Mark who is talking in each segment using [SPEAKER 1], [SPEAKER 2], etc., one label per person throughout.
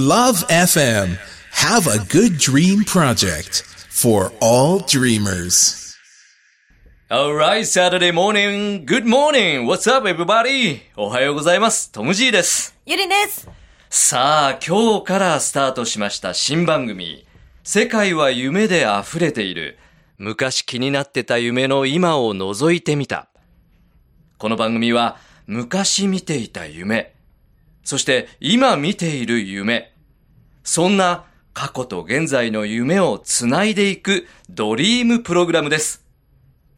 [SPEAKER 1] Love FM. Have a good dream project for all dreamers.
[SPEAKER 2] Alright, Saturday morning. Good morning. What's up, everybody? おはようございます。トム・ジーです。
[SPEAKER 3] ゆりです。
[SPEAKER 2] さあ、今日からスタートしました新番組。世界は夢で溢れている。昔気になってた夢の今を覗いてみた。この番組は、昔見ていた夢。そして、今見ている夢。そんな過去と現在の夢をつないでいくドリームプログラムです。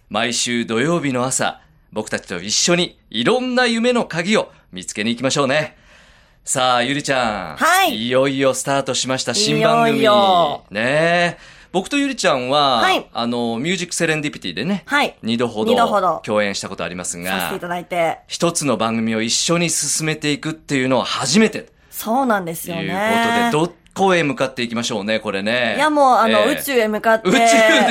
[SPEAKER 2] 毎週土曜日の朝、僕たちと一緒にいろんな夢の鍵を見つけに行きましょうね。さあ、ゆりちゃん。
[SPEAKER 3] はい
[SPEAKER 2] いよいよスタートしました、新番組。
[SPEAKER 3] いよいよ
[SPEAKER 2] ねえ。僕とゆりちゃんは、
[SPEAKER 3] はい
[SPEAKER 2] あの、ミュージックセレンディピティでね、
[SPEAKER 3] はい
[SPEAKER 2] 二度ほ
[SPEAKER 3] 二度ほ
[SPEAKER 2] ど
[SPEAKER 3] ど
[SPEAKER 2] 共演したことあります
[SPEAKER 3] さ
[SPEAKER 2] が
[SPEAKER 3] せていた、だいて。
[SPEAKER 2] 一つの番組を一緒に進めていくっていうのは初めて
[SPEAKER 3] そうなんです
[SPEAKER 2] と
[SPEAKER 3] よ
[SPEAKER 2] い
[SPEAKER 3] ね。
[SPEAKER 2] うことで、どこへ向かっていきましょうね、これね。
[SPEAKER 3] いやもう、あの、
[SPEAKER 2] ええ
[SPEAKER 3] 宇宙へ向かって。
[SPEAKER 2] 宇宙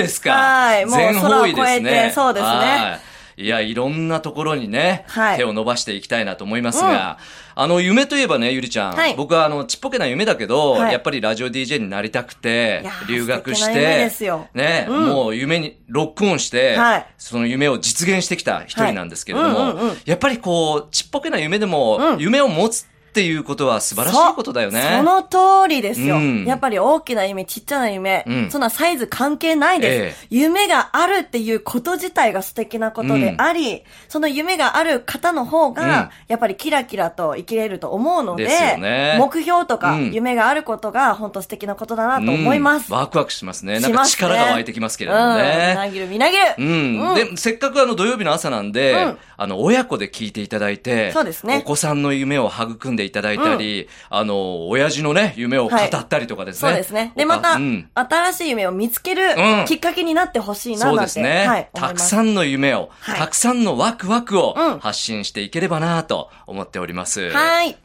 [SPEAKER 2] ですか。
[SPEAKER 3] はい。もう
[SPEAKER 2] 全
[SPEAKER 3] 空
[SPEAKER 2] 方
[SPEAKER 3] を
[SPEAKER 2] 位
[SPEAKER 3] 越
[SPEAKER 2] です
[SPEAKER 3] え
[SPEAKER 2] ね
[SPEAKER 3] て、。そうですね。
[SPEAKER 2] はい。いや、いろんなところにね、
[SPEAKER 3] はい
[SPEAKER 2] 手を伸ばしていきたいなと思いますが、あの、夢といえばね、ゆりちゃん、
[SPEAKER 3] はい
[SPEAKER 2] 僕はあの、ちっぽけな夢だけど、
[SPEAKER 3] はい
[SPEAKER 2] やっぱりラジオ DJ になりたくて
[SPEAKER 3] いや、ー
[SPEAKER 2] 留学し
[SPEAKER 3] 素敵な夢
[SPEAKER 2] て
[SPEAKER 3] ですよ、
[SPEAKER 2] ね、
[SPEAKER 3] うん
[SPEAKER 2] もう夢にロックオンして、
[SPEAKER 3] はい
[SPEAKER 2] その夢を実現してきた一人なんですけれども、
[SPEAKER 3] はいうんうんうん
[SPEAKER 2] やっぱりこう、ちっぽけな夢でも、
[SPEAKER 3] うん
[SPEAKER 2] 夢を持つっていうことは素晴らしいことだよね。
[SPEAKER 3] その通りですよ、
[SPEAKER 2] うん
[SPEAKER 3] やっぱり大きな夢、ちっちゃな夢、
[SPEAKER 2] うん
[SPEAKER 3] そんなサイズ関係ないです、夢があるっていうこと自体が素敵なことであり、その夢がある方の方
[SPEAKER 2] うん
[SPEAKER 3] が、やっぱりキラキラと生きれると思うので、
[SPEAKER 2] ですよね
[SPEAKER 3] 目標とか
[SPEAKER 2] うん
[SPEAKER 3] 夢があることが本当素敵なことだなと思います。
[SPEAKER 2] うんワクワクしますね。
[SPEAKER 3] し
[SPEAKER 2] なんか
[SPEAKER 3] ますね
[SPEAKER 2] 力が湧いてきますけれどもね
[SPEAKER 3] うん。み。なぎるみなぎる、
[SPEAKER 2] うん。
[SPEAKER 3] うん
[SPEAKER 2] で、せっかくあの土曜日の朝なんで、
[SPEAKER 3] うん
[SPEAKER 2] あの、親子で聞いていただいて、
[SPEAKER 3] そうですね
[SPEAKER 2] お子さんの夢を育んでいただいたり、あの、親父のね、夢を語ったりとかですね。
[SPEAKER 3] そうですね。で、
[SPEAKER 2] おか
[SPEAKER 3] また、
[SPEAKER 2] うん
[SPEAKER 3] 新しい夢を見つける
[SPEAKER 2] うん
[SPEAKER 3] きっかけになってほしいななん
[SPEAKER 2] そう
[SPEAKER 3] て、
[SPEAKER 2] ですね、
[SPEAKER 3] はい、
[SPEAKER 2] た
[SPEAKER 3] 思いま
[SPEAKER 2] く
[SPEAKER 3] す。
[SPEAKER 2] さんの夢を、
[SPEAKER 3] はい
[SPEAKER 2] たくさんのワクワクを
[SPEAKER 3] うん
[SPEAKER 2] 発信していければなと思っております。
[SPEAKER 3] はい。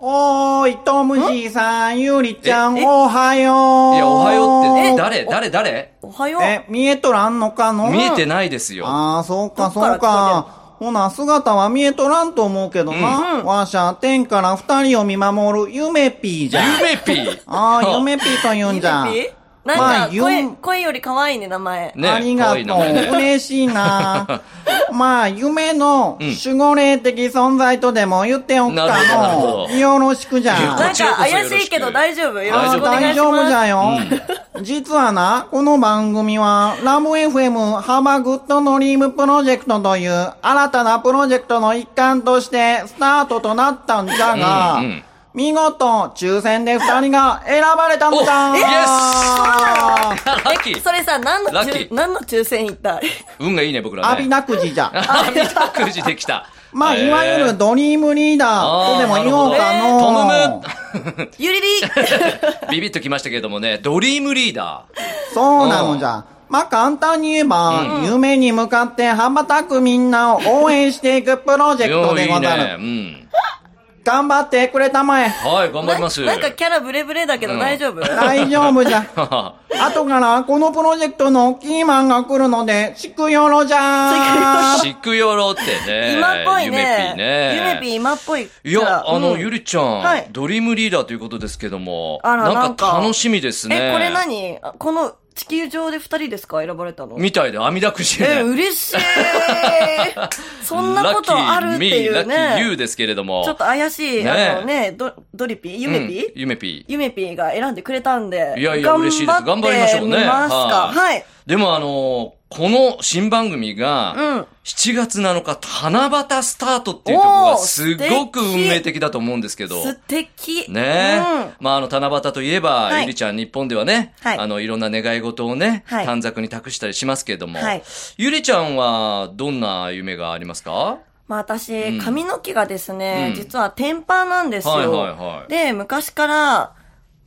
[SPEAKER 4] おーい、とむじさん、ゆりちゃん、
[SPEAKER 3] ええ
[SPEAKER 4] おはよう。
[SPEAKER 2] いや、おはようって、
[SPEAKER 3] え
[SPEAKER 2] 誰、誰、誰
[SPEAKER 3] おはよう。
[SPEAKER 4] え、見えとらんのかの
[SPEAKER 2] 見えてないですよ。
[SPEAKER 4] ああ、そう
[SPEAKER 3] ど
[SPEAKER 4] か、
[SPEAKER 3] っから聞こえ
[SPEAKER 4] そう
[SPEAKER 3] てんの
[SPEAKER 4] か。ほな、姿は見えとらんと思うけど
[SPEAKER 3] うんう
[SPEAKER 4] な。
[SPEAKER 3] ん
[SPEAKER 4] わしゃ、天から二人を見守る、ゆめぴーじゃ。
[SPEAKER 2] 夢ピ ー。
[SPEAKER 4] ああ、ゆめぴーと言うんじゃ。
[SPEAKER 3] ゆめぴ
[SPEAKER 4] ま
[SPEAKER 3] な
[SPEAKER 4] あ
[SPEAKER 3] んか、声、
[SPEAKER 4] ゆん
[SPEAKER 3] 声より可愛いね、名前。
[SPEAKER 2] ね
[SPEAKER 4] あり
[SPEAKER 2] 可
[SPEAKER 4] がとう。
[SPEAKER 2] 愛い名前
[SPEAKER 4] 嬉し いな。まあ、夢の
[SPEAKER 2] ん
[SPEAKER 4] 守護霊的存在とでも言っておく
[SPEAKER 2] なるほどなる
[SPEAKER 4] か
[SPEAKER 2] ほど
[SPEAKER 4] の。よろしくじ
[SPEAKER 2] いや
[SPEAKER 4] ゃ
[SPEAKER 2] こ
[SPEAKER 3] なん
[SPEAKER 2] ちら
[SPEAKER 3] か、
[SPEAKER 2] こそよろしく
[SPEAKER 3] 怪しいけど大丈夫。よろしくお願
[SPEAKER 4] 大
[SPEAKER 3] いし
[SPEAKER 4] 丈夫じ
[SPEAKER 3] ま
[SPEAKER 4] ゃよ。実はな、この番組は、ラブ FM ハバグッドドリームプロジェクトという新たなプロジェクトの一環としてスタートとなったんじゃが、
[SPEAKER 2] うんうん
[SPEAKER 4] 見事、抽選で二人が選ばれたのだ
[SPEAKER 2] おイエスラッキ
[SPEAKER 3] す。
[SPEAKER 2] ー。
[SPEAKER 3] それさ、何の
[SPEAKER 2] ラッキ
[SPEAKER 3] 抽、
[SPEAKER 2] ー
[SPEAKER 3] 何の抽選言った
[SPEAKER 2] 運がいいね、僕らね。
[SPEAKER 4] あびだくじじゃ。
[SPEAKER 2] あ、見たくじできた。
[SPEAKER 4] まあ、いわゆるドリームリーダーとでも言おうか
[SPEAKER 2] えートム
[SPEAKER 4] の。
[SPEAKER 3] ゆりり
[SPEAKER 2] ムビビッときましたけれどもね、ドリームリーダ
[SPEAKER 4] そうなのじゃ。まあ、簡単に言えば、夢に向かって羽ばたくみんなを応援していくプロジ
[SPEAKER 2] ー。
[SPEAKER 4] ェクト
[SPEAKER 2] い
[SPEAKER 4] で
[SPEAKER 2] やい
[SPEAKER 4] ご
[SPEAKER 2] い
[SPEAKER 4] ざる。
[SPEAKER 2] ね。うん。
[SPEAKER 4] 頑張ってくれたまえ。
[SPEAKER 2] はい、頑張ります。
[SPEAKER 3] ななんかキャラブレブレだけど
[SPEAKER 2] うん
[SPEAKER 3] 大丈夫
[SPEAKER 4] 大丈夫じゃ。後からこのプロジェクトのキーマンが来るので、しくよろじゃ ー。
[SPEAKER 2] シクヨロってね。
[SPEAKER 3] 今っぽい
[SPEAKER 2] ゆめ
[SPEAKER 3] ね。
[SPEAKER 2] ぴね。
[SPEAKER 3] ゆめぴ今っぽいキ
[SPEAKER 2] い
[SPEAKER 3] ャラ。
[SPEAKER 2] や、あの、
[SPEAKER 3] うん
[SPEAKER 2] ゆりちゃん、
[SPEAKER 3] はい
[SPEAKER 2] ドリームリーダーということですけども、
[SPEAKER 3] あら
[SPEAKER 2] なんか楽しみですね。
[SPEAKER 3] え、これ何あこの地球上で二人ですか選ばれたの
[SPEAKER 2] みたいで、網だくじね。
[SPEAKER 3] え、嬉しいそんなことあるっていう
[SPEAKER 2] ラッキーミーラッキーユー
[SPEAKER 3] ね。
[SPEAKER 2] ですけれども。
[SPEAKER 3] ちょっと怪しい、
[SPEAKER 2] ね
[SPEAKER 3] あのね、ドドリピゆめぴ
[SPEAKER 2] うんゆめぴ
[SPEAKER 3] ゆめぴーが選んでくれたんで。
[SPEAKER 2] いやいや、嬉しいです。頑張りましょうね。
[SPEAKER 3] 頑張ってみます
[SPEAKER 2] は
[SPEAKER 3] か。
[SPEAKER 2] い
[SPEAKER 3] はい。
[SPEAKER 2] でもあのーこの新番組が、
[SPEAKER 3] うん
[SPEAKER 2] 7月7日、七夕スタートっていうところがすごく
[SPEAKER 3] おー素敵
[SPEAKER 2] 運命的だと思うんですけど。
[SPEAKER 3] 素敵。
[SPEAKER 2] ねえ、
[SPEAKER 3] うん
[SPEAKER 2] まあ、あの、七夕といえば、
[SPEAKER 3] はい
[SPEAKER 2] ゆりちゃん、日本ではね、
[SPEAKER 3] はい
[SPEAKER 2] あの、いろんな願い事をね、
[SPEAKER 3] はい
[SPEAKER 2] 短冊に託したりしますけれども、
[SPEAKER 3] はい
[SPEAKER 2] ゆりちゃんは、どんな夢がありますか
[SPEAKER 3] まあ
[SPEAKER 2] う
[SPEAKER 3] 私
[SPEAKER 2] ん、
[SPEAKER 3] 髪の毛がですね、
[SPEAKER 2] うん
[SPEAKER 3] 実は天パなんですよ。
[SPEAKER 2] はいはいはい
[SPEAKER 3] で、昔から、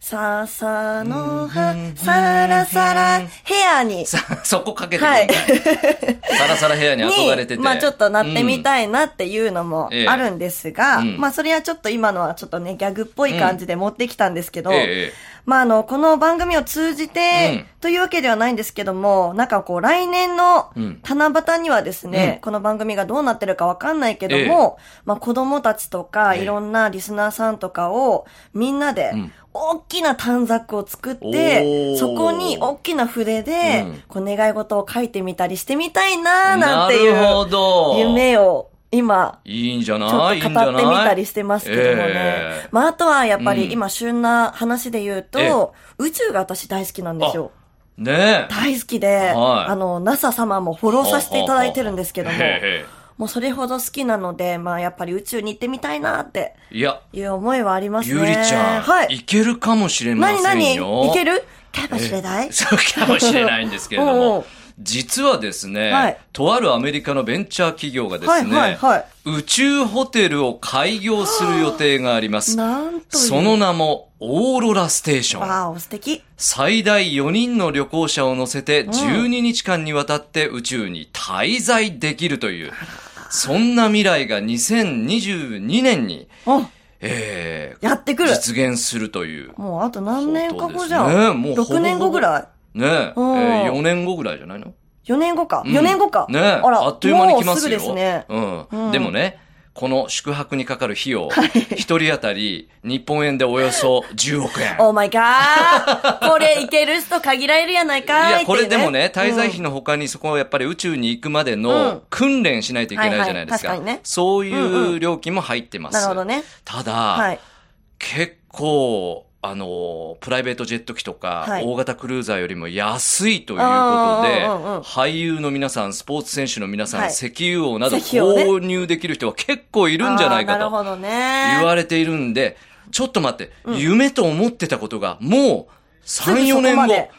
[SPEAKER 3] ささの葉、さらさら、ヘアに、
[SPEAKER 2] さ、 そこかけてください。サラサラ部屋に憧 れてて。
[SPEAKER 3] まあちょっとなってみ
[SPEAKER 2] い。
[SPEAKER 3] たいなっていうのもあるんですが、
[SPEAKER 2] ええうん
[SPEAKER 3] まあそれはちょっと今のはちょっとね、ギャグっぽい感じで持ってきたんですけど、
[SPEAKER 2] ええ
[SPEAKER 3] まあ、あの、この番組を通じて、というわけではないんですけども、なんかこう、来年の
[SPEAKER 2] ん
[SPEAKER 3] 七夕にはですね、
[SPEAKER 2] うん
[SPEAKER 3] この番組がどうなってるかわかんないけども、まあ、子供たちとか、
[SPEAKER 2] ええ
[SPEAKER 3] いろんなリスナーさんとかを、みんなで
[SPEAKER 2] ん、
[SPEAKER 3] 大きな短冊を作って、
[SPEAKER 2] おー
[SPEAKER 3] そこに大きな筆で、
[SPEAKER 2] うん
[SPEAKER 3] こう、願い事を書いてみたりしてみたいなーなん
[SPEAKER 2] な
[SPEAKER 3] ていう。
[SPEAKER 2] るほど。
[SPEAKER 3] 夢を今、
[SPEAKER 2] いいんじゃ
[SPEAKER 3] ちょ
[SPEAKER 2] ないいい
[SPEAKER 3] っ
[SPEAKER 2] ん
[SPEAKER 3] と
[SPEAKER 2] じゃない
[SPEAKER 3] 語ってみたりしてますけどもね。
[SPEAKER 2] ええ
[SPEAKER 3] まあ、あとはやっぱ
[SPEAKER 2] うん
[SPEAKER 3] り今、旬な話で言うと、
[SPEAKER 2] え
[SPEAKER 3] 宇宙が私大好きなんですよ。
[SPEAKER 2] ねえ。
[SPEAKER 3] 大好きで、
[SPEAKER 2] はい
[SPEAKER 3] あの、NASA 様もフォローさせていただいてるんですけども、
[SPEAKER 2] へ
[SPEAKER 3] もうそれほど好きなので、まあ、やっぱり宇宙に行ってみたいなって
[SPEAKER 2] えいや、
[SPEAKER 3] いう思いはありますね。
[SPEAKER 2] ゆりちゃん、、
[SPEAKER 3] はいい。
[SPEAKER 2] けるかもしれませ
[SPEAKER 3] 何
[SPEAKER 2] んよ。
[SPEAKER 3] 何いけるかもしれない、
[SPEAKER 2] そうかもしれないんですけれど
[SPEAKER 3] おうお
[SPEAKER 2] も
[SPEAKER 3] う、
[SPEAKER 2] 実はですね、
[SPEAKER 3] はい
[SPEAKER 2] とあるアメリカのベンチャー企業がですね、
[SPEAKER 3] はいはいはい
[SPEAKER 2] 宇宙ホテルを開業する予定があります。
[SPEAKER 3] なんという。
[SPEAKER 2] その名も、オーロラステーション。
[SPEAKER 3] わお、素敵。
[SPEAKER 2] 最大4人の旅行者を乗せて12日間にわたって宇宙に滞在できるという、そんな未来が2022年に、
[SPEAKER 3] うん
[SPEAKER 2] えー
[SPEAKER 3] やってくる。
[SPEAKER 2] 実現するという。
[SPEAKER 3] もうあと何年か後じゃん。
[SPEAKER 2] そうですねもうほぼ
[SPEAKER 3] 6年後ぐらい
[SPEAKER 2] ねえ、え
[SPEAKER 3] うん
[SPEAKER 2] ー4年後ぐらいじゃないの
[SPEAKER 3] ?4 年後か。
[SPEAKER 2] うん
[SPEAKER 3] 4年後か。
[SPEAKER 2] ねえ
[SPEAKER 3] あら、
[SPEAKER 2] あっという間に来ま
[SPEAKER 3] もうす
[SPEAKER 2] す
[SPEAKER 3] ぐで
[SPEAKER 2] よ。
[SPEAKER 3] すね。
[SPEAKER 2] うん。
[SPEAKER 3] うん
[SPEAKER 2] でもね、この宿泊にかかる費 用、一人当たり日本円でおよそ10億 円。
[SPEAKER 3] オーマイガ ーこれいける人限られるやないか
[SPEAKER 2] い
[SPEAKER 3] ーい
[SPEAKER 2] や、これでもね、
[SPEAKER 3] っていう
[SPEAKER 2] 滞在費の他にそこはやっぱり宇宙に行くまで
[SPEAKER 3] う
[SPEAKER 2] の
[SPEAKER 3] ん
[SPEAKER 2] 訓練しないといけないじゃないですか
[SPEAKER 3] はいはい確かにね。
[SPEAKER 2] そういう料金も入ってます。
[SPEAKER 3] なるほどね。
[SPEAKER 2] た
[SPEAKER 3] は
[SPEAKER 2] だ
[SPEAKER 3] い、。
[SPEAKER 2] 結構、あの、プライベートジェット機とか
[SPEAKER 3] は、い
[SPEAKER 2] 大型クルーザーよりも安いというこ
[SPEAKER 3] あ
[SPEAKER 2] とで
[SPEAKER 3] ーうんうんうん、
[SPEAKER 2] 俳優の皆さん、スポーツ選手の皆さん、
[SPEAKER 3] はい
[SPEAKER 2] 石油王など
[SPEAKER 3] 石油王ね
[SPEAKER 2] 購入できる人は結構いるんじゃない
[SPEAKER 3] あ
[SPEAKER 2] か
[SPEAKER 3] ーなる
[SPEAKER 2] と
[SPEAKER 3] ほどね。
[SPEAKER 2] 言われているんで、ちょっと待って、夢と思ってたことが、もう3、4年
[SPEAKER 3] すぐそこま
[SPEAKER 2] 後
[SPEAKER 3] で、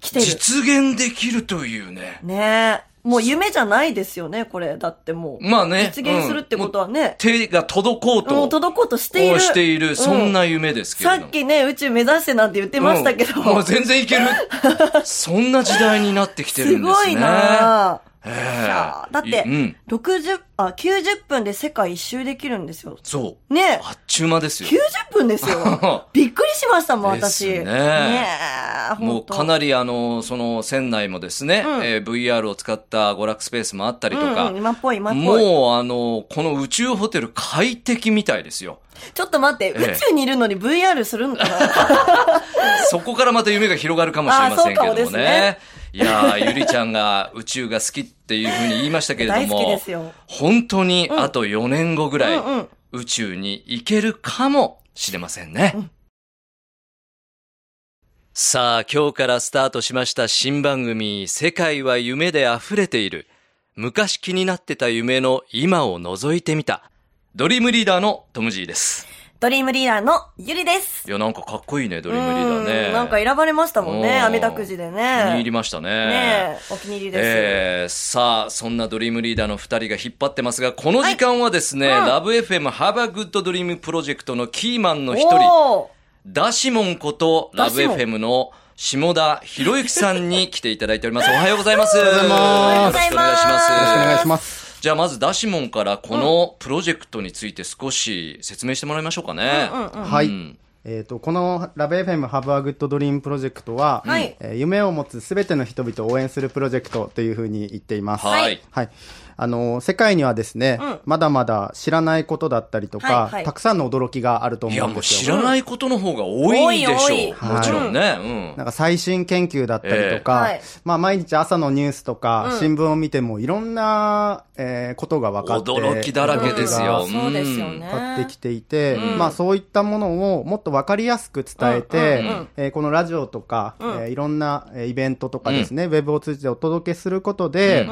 [SPEAKER 3] 来てる。
[SPEAKER 2] 実現できるというね。
[SPEAKER 3] ねえ。もう夢じゃないですよね、これ。だってもう。
[SPEAKER 2] まあね
[SPEAKER 3] 実現するってことはね。
[SPEAKER 2] 手が届こうと。
[SPEAKER 3] もう届こうとしてい
[SPEAKER 2] を
[SPEAKER 3] る。
[SPEAKER 2] している、そん
[SPEAKER 3] う
[SPEAKER 2] な夢ですけれど
[SPEAKER 3] さ
[SPEAKER 2] も。
[SPEAKER 3] っきね、宇宙目指してなんて言って
[SPEAKER 2] 出
[SPEAKER 3] ましたけど。
[SPEAKER 2] もう全然いける。 そんな時代になってきてるんですすね。
[SPEAKER 3] ごいな
[SPEAKER 2] え
[SPEAKER 3] ぁ。
[SPEAKER 2] え
[SPEAKER 3] いやーだっ
[SPEAKER 2] い
[SPEAKER 3] て
[SPEAKER 2] うん。、
[SPEAKER 3] 60、あ、90分で世界一周できるんですよ。
[SPEAKER 2] そう。
[SPEAKER 3] ね
[SPEAKER 2] あっちゅう間ですよ。。
[SPEAKER 3] 90分ですよ びっくりしましたもん、私。
[SPEAKER 2] ですね
[SPEAKER 3] え
[SPEAKER 2] もうか
[SPEAKER 3] り
[SPEAKER 2] なりあの、その船内もですね、
[SPEAKER 3] うん
[SPEAKER 2] えー VR を使った娯楽スペースもあったりとか、
[SPEAKER 3] 今っぽい、今っぽい。
[SPEAKER 2] もうあの、この宇宙ホテル快適みたいですよ。
[SPEAKER 3] ちょっと待って、
[SPEAKER 2] ええ
[SPEAKER 3] 宇宙にいるのに VR するのかな
[SPEAKER 2] そこからまた夢が広がるかもしれませんけども
[SPEAKER 3] あーそうかもで
[SPEAKER 2] ね。
[SPEAKER 3] すね
[SPEAKER 2] いやー、ゆりちゃんが宇宙が好きっていうふうに言いましたけれども、
[SPEAKER 3] 大好きですよ
[SPEAKER 2] 本当にあと4年後ぐらい、
[SPEAKER 3] うんうん
[SPEAKER 2] 宇宙に行けるかもしれませんね。さあ、今日からスタートしました新番組、世界は夢で溢れている。昔気になってた夢の今を覗いてみた。ドリームリーダーのトム・ジーです。
[SPEAKER 3] ドリームリーダーのゆりです。
[SPEAKER 2] いや、なんかかっこいいね、ドリームリーダー
[SPEAKER 3] う
[SPEAKER 2] ね。
[SPEAKER 3] んなんか選ばれましたもんね、
[SPEAKER 2] うん
[SPEAKER 3] あみだくじで
[SPEAKER 2] 気に入
[SPEAKER 3] ね。
[SPEAKER 2] りましたね。
[SPEAKER 3] ねえ、お気に入りです。
[SPEAKER 2] えーさあ、そんなドリームリーダーの二人が引っ張ってますが、この時間はですね、
[SPEAKER 3] はいうん
[SPEAKER 2] ラブ FM ハバグッドドリームプロジェクトのキーマンの一人、
[SPEAKER 3] おー
[SPEAKER 2] ダシモンことラブ
[SPEAKER 3] ダシモン
[SPEAKER 2] FM の下田博之さんに来ていただいており ます。おはようございます。おはよ
[SPEAKER 4] うございます
[SPEAKER 2] よろしくお願いします。
[SPEAKER 3] おはようございますよろしくお願いし
[SPEAKER 4] ます。
[SPEAKER 2] じゃあまずダシモンからこのプロジェクトについて少し説明してもらいましょうかね。
[SPEAKER 4] はい。えっ、と、このラブ FM ハブアグッドドリームプロジェクトは、
[SPEAKER 3] はい
[SPEAKER 4] えー夢を持つすべての人々を応援するプロジェクトというふうに言っています。
[SPEAKER 2] はい。
[SPEAKER 3] はい
[SPEAKER 4] はい。あの、世界にはですね、まだまだ知らないことだったりとか、
[SPEAKER 3] はいはい
[SPEAKER 4] たくさんの驚きがあると
[SPEAKER 2] い
[SPEAKER 4] 思
[SPEAKER 2] や、
[SPEAKER 4] うん
[SPEAKER 2] もう
[SPEAKER 4] です
[SPEAKER 2] 知
[SPEAKER 4] よ。
[SPEAKER 2] らないことの方が多いで
[SPEAKER 3] 多
[SPEAKER 2] し
[SPEAKER 3] い
[SPEAKER 2] ょう。
[SPEAKER 3] 多い
[SPEAKER 2] もちろんね。うん。
[SPEAKER 4] なんか最新研究だったりとか、
[SPEAKER 3] ええはい
[SPEAKER 4] まあ毎日朝のニュースとか、新聞を見てもいろんな、えーことが分かって
[SPEAKER 2] 驚きだらけですよ。
[SPEAKER 3] うんそうですよね。
[SPEAKER 4] 立ってきていて、まあそういったものをもっと分かりやすく伝えて、えーこのラジオとか、えーいろんなえーイベントとかですね、ウェブを通じてお届けすることで、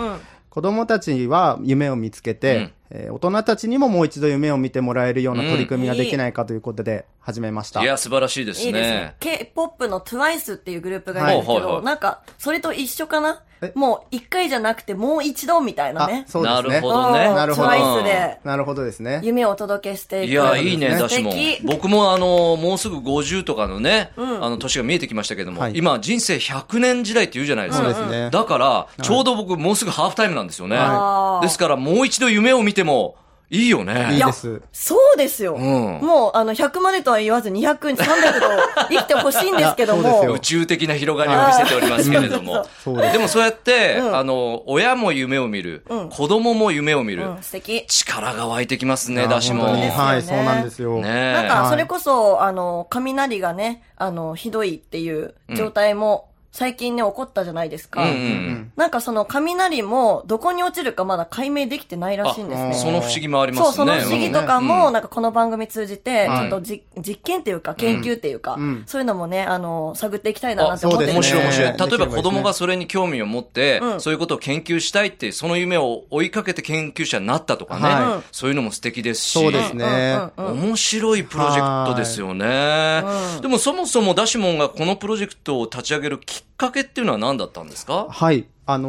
[SPEAKER 4] 子供たちは夢を見つけて、えー大人たちにももう一度夢を見てもらえるような取り組みができないかということで始めました。
[SPEAKER 2] いや、素晴らしいですね。
[SPEAKER 3] いいですね。K-POP の TWICE っていうグループがいるんですけ
[SPEAKER 2] はいはいは
[SPEAKER 3] ど、
[SPEAKER 2] い
[SPEAKER 3] なんか、それと一緒かな
[SPEAKER 4] え
[SPEAKER 3] もう一回じゃなくてもう一度みたいなね
[SPEAKER 4] あ、。そうですね。
[SPEAKER 2] なるほどね。
[SPEAKER 3] うん
[SPEAKER 4] なるほど
[SPEAKER 3] TWICE で
[SPEAKER 4] なるほどですね。
[SPEAKER 3] 夢をお届けしていく。
[SPEAKER 2] いや、いいね、
[SPEAKER 4] そ
[SPEAKER 2] だ
[SPEAKER 4] う
[SPEAKER 2] しも
[SPEAKER 3] 素敵。
[SPEAKER 2] 僕もあの、もうすぐ50とかのね、あの、年が見えてきましたけども、
[SPEAKER 4] はい
[SPEAKER 2] 今、人生100年時代って言うじゃないですか。
[SPEAKER 4] そうですね
[SPEAKER 2] だから、ちょうど僕、もうすぐハーフタイムなんですよね。
[SPEAKER 4] は
[SPEAKER 2] ですから、もう一度夢を見ても、いいよね。
[SPEAKER 4] いい
[SPEAKER 3] や
[SPEAKER 4] です。
[SPEAKER 3] そうですよ。
[SPEAKER 2] ん
[SPEAKER 3] もう、あの、100までとは言わず200、300と生きてほしいんですけど
[SPEAKER 4] いやそう
[SPEAKER 3] も
[SPEAKER 4] で
[SPEAKER 2] 宇。宙的な広がりを見せておりますけれど
[SPEAKER 3] あ
[SPEAKER 2] も
[SPEAKER 3] ー。
[SPEAKER 4] そうです
[SPEAKER 2] でもそうやって、
[SPEAKER 3] うん
[SPEAKER 2] あの、親も夢を見る、
[SPEAKER 3] うん
[SPEAKER 2] 子供も夢を見る、
[SPEAKER 3] うん、素敵。
[SPEAKER 2] 力が湧いてきますね、だしも。
[SPEAKER 4] 本当に
[SPEAKER 2] ね
[SPEAKER 4] はい、
[SPEAKER 3] です
[SPEAKER 4] そ
[SPEAKER 3] よね
[SPEAKER 4] うなんですよ。
[SPEAKER 3] なん
[SPEAKER 2] え。
[SPEAKER 3] か、それこそ、あの、雷がね、あの、ひどいっていう状態も、最近ね、起こったじゃないですか。
[SPEAKER 2] うんう
[SPEAKER 4] うんん
[SPEAKER 3] なんかその雷も、どこに落ちるかまだ解明できてないらしいんです
[SPEAKER 4] あ
[SPEAKER 3] ね。
[SPEAKER 2] その不思議もあります
[SPEAKER 3] そ
[SPEAKER 2] ね。
[SPEAKER 3] う、その不思議とか
[SPEAKER 2] う
[SPEAKER 3] も、
[SPEAKER 2] ん
[SPEAKER 3] なんかこの番組通じて、
[SPEAKER 2] はい
[SPEAKER 3] ちょっとじ、実験っていうか、研究っていうか、
[SPEAKER 4] ん
[SPEAKER 3] そういうのもね、あの、探っていきたいななって思
[SPEAKER 4] そ
[SPEAKER 3] っ
[SPEAKER 4] う
[SPEAKER 3] て
[SPEAKER 4] で
[SPEAKER 3] る
[SPEAKER 4] すね
[SPEAKER 2] 面白い面白い。
[SPEAKER 4] で
[SPEAKER 2] 例え
[SPEAKER 4] きればいいです
[SPEAKER 2] ば
[SPEAKER 4] ね
[SPEAKER 2] 子供がそれに興味を持って、
[SPEAKER 3] うん
[SPEAKER 2] そういうことを研究したいって、その夢を追いかけて研究者になったとかね、
[SPEAKER 4] は
[SPEAKER 2] そういうのも素敵ですし。
[SPEAKER 4] そうですね。
[SPEAKER 3] うんうんうん
[SPEAKER 2] 面白いプロジェクトですよね。でもそもそもダシモンがこのプロジェクトを立ち上げるきっかけっていうのは何だったんですか
[SPEAKER 4] はい。あのー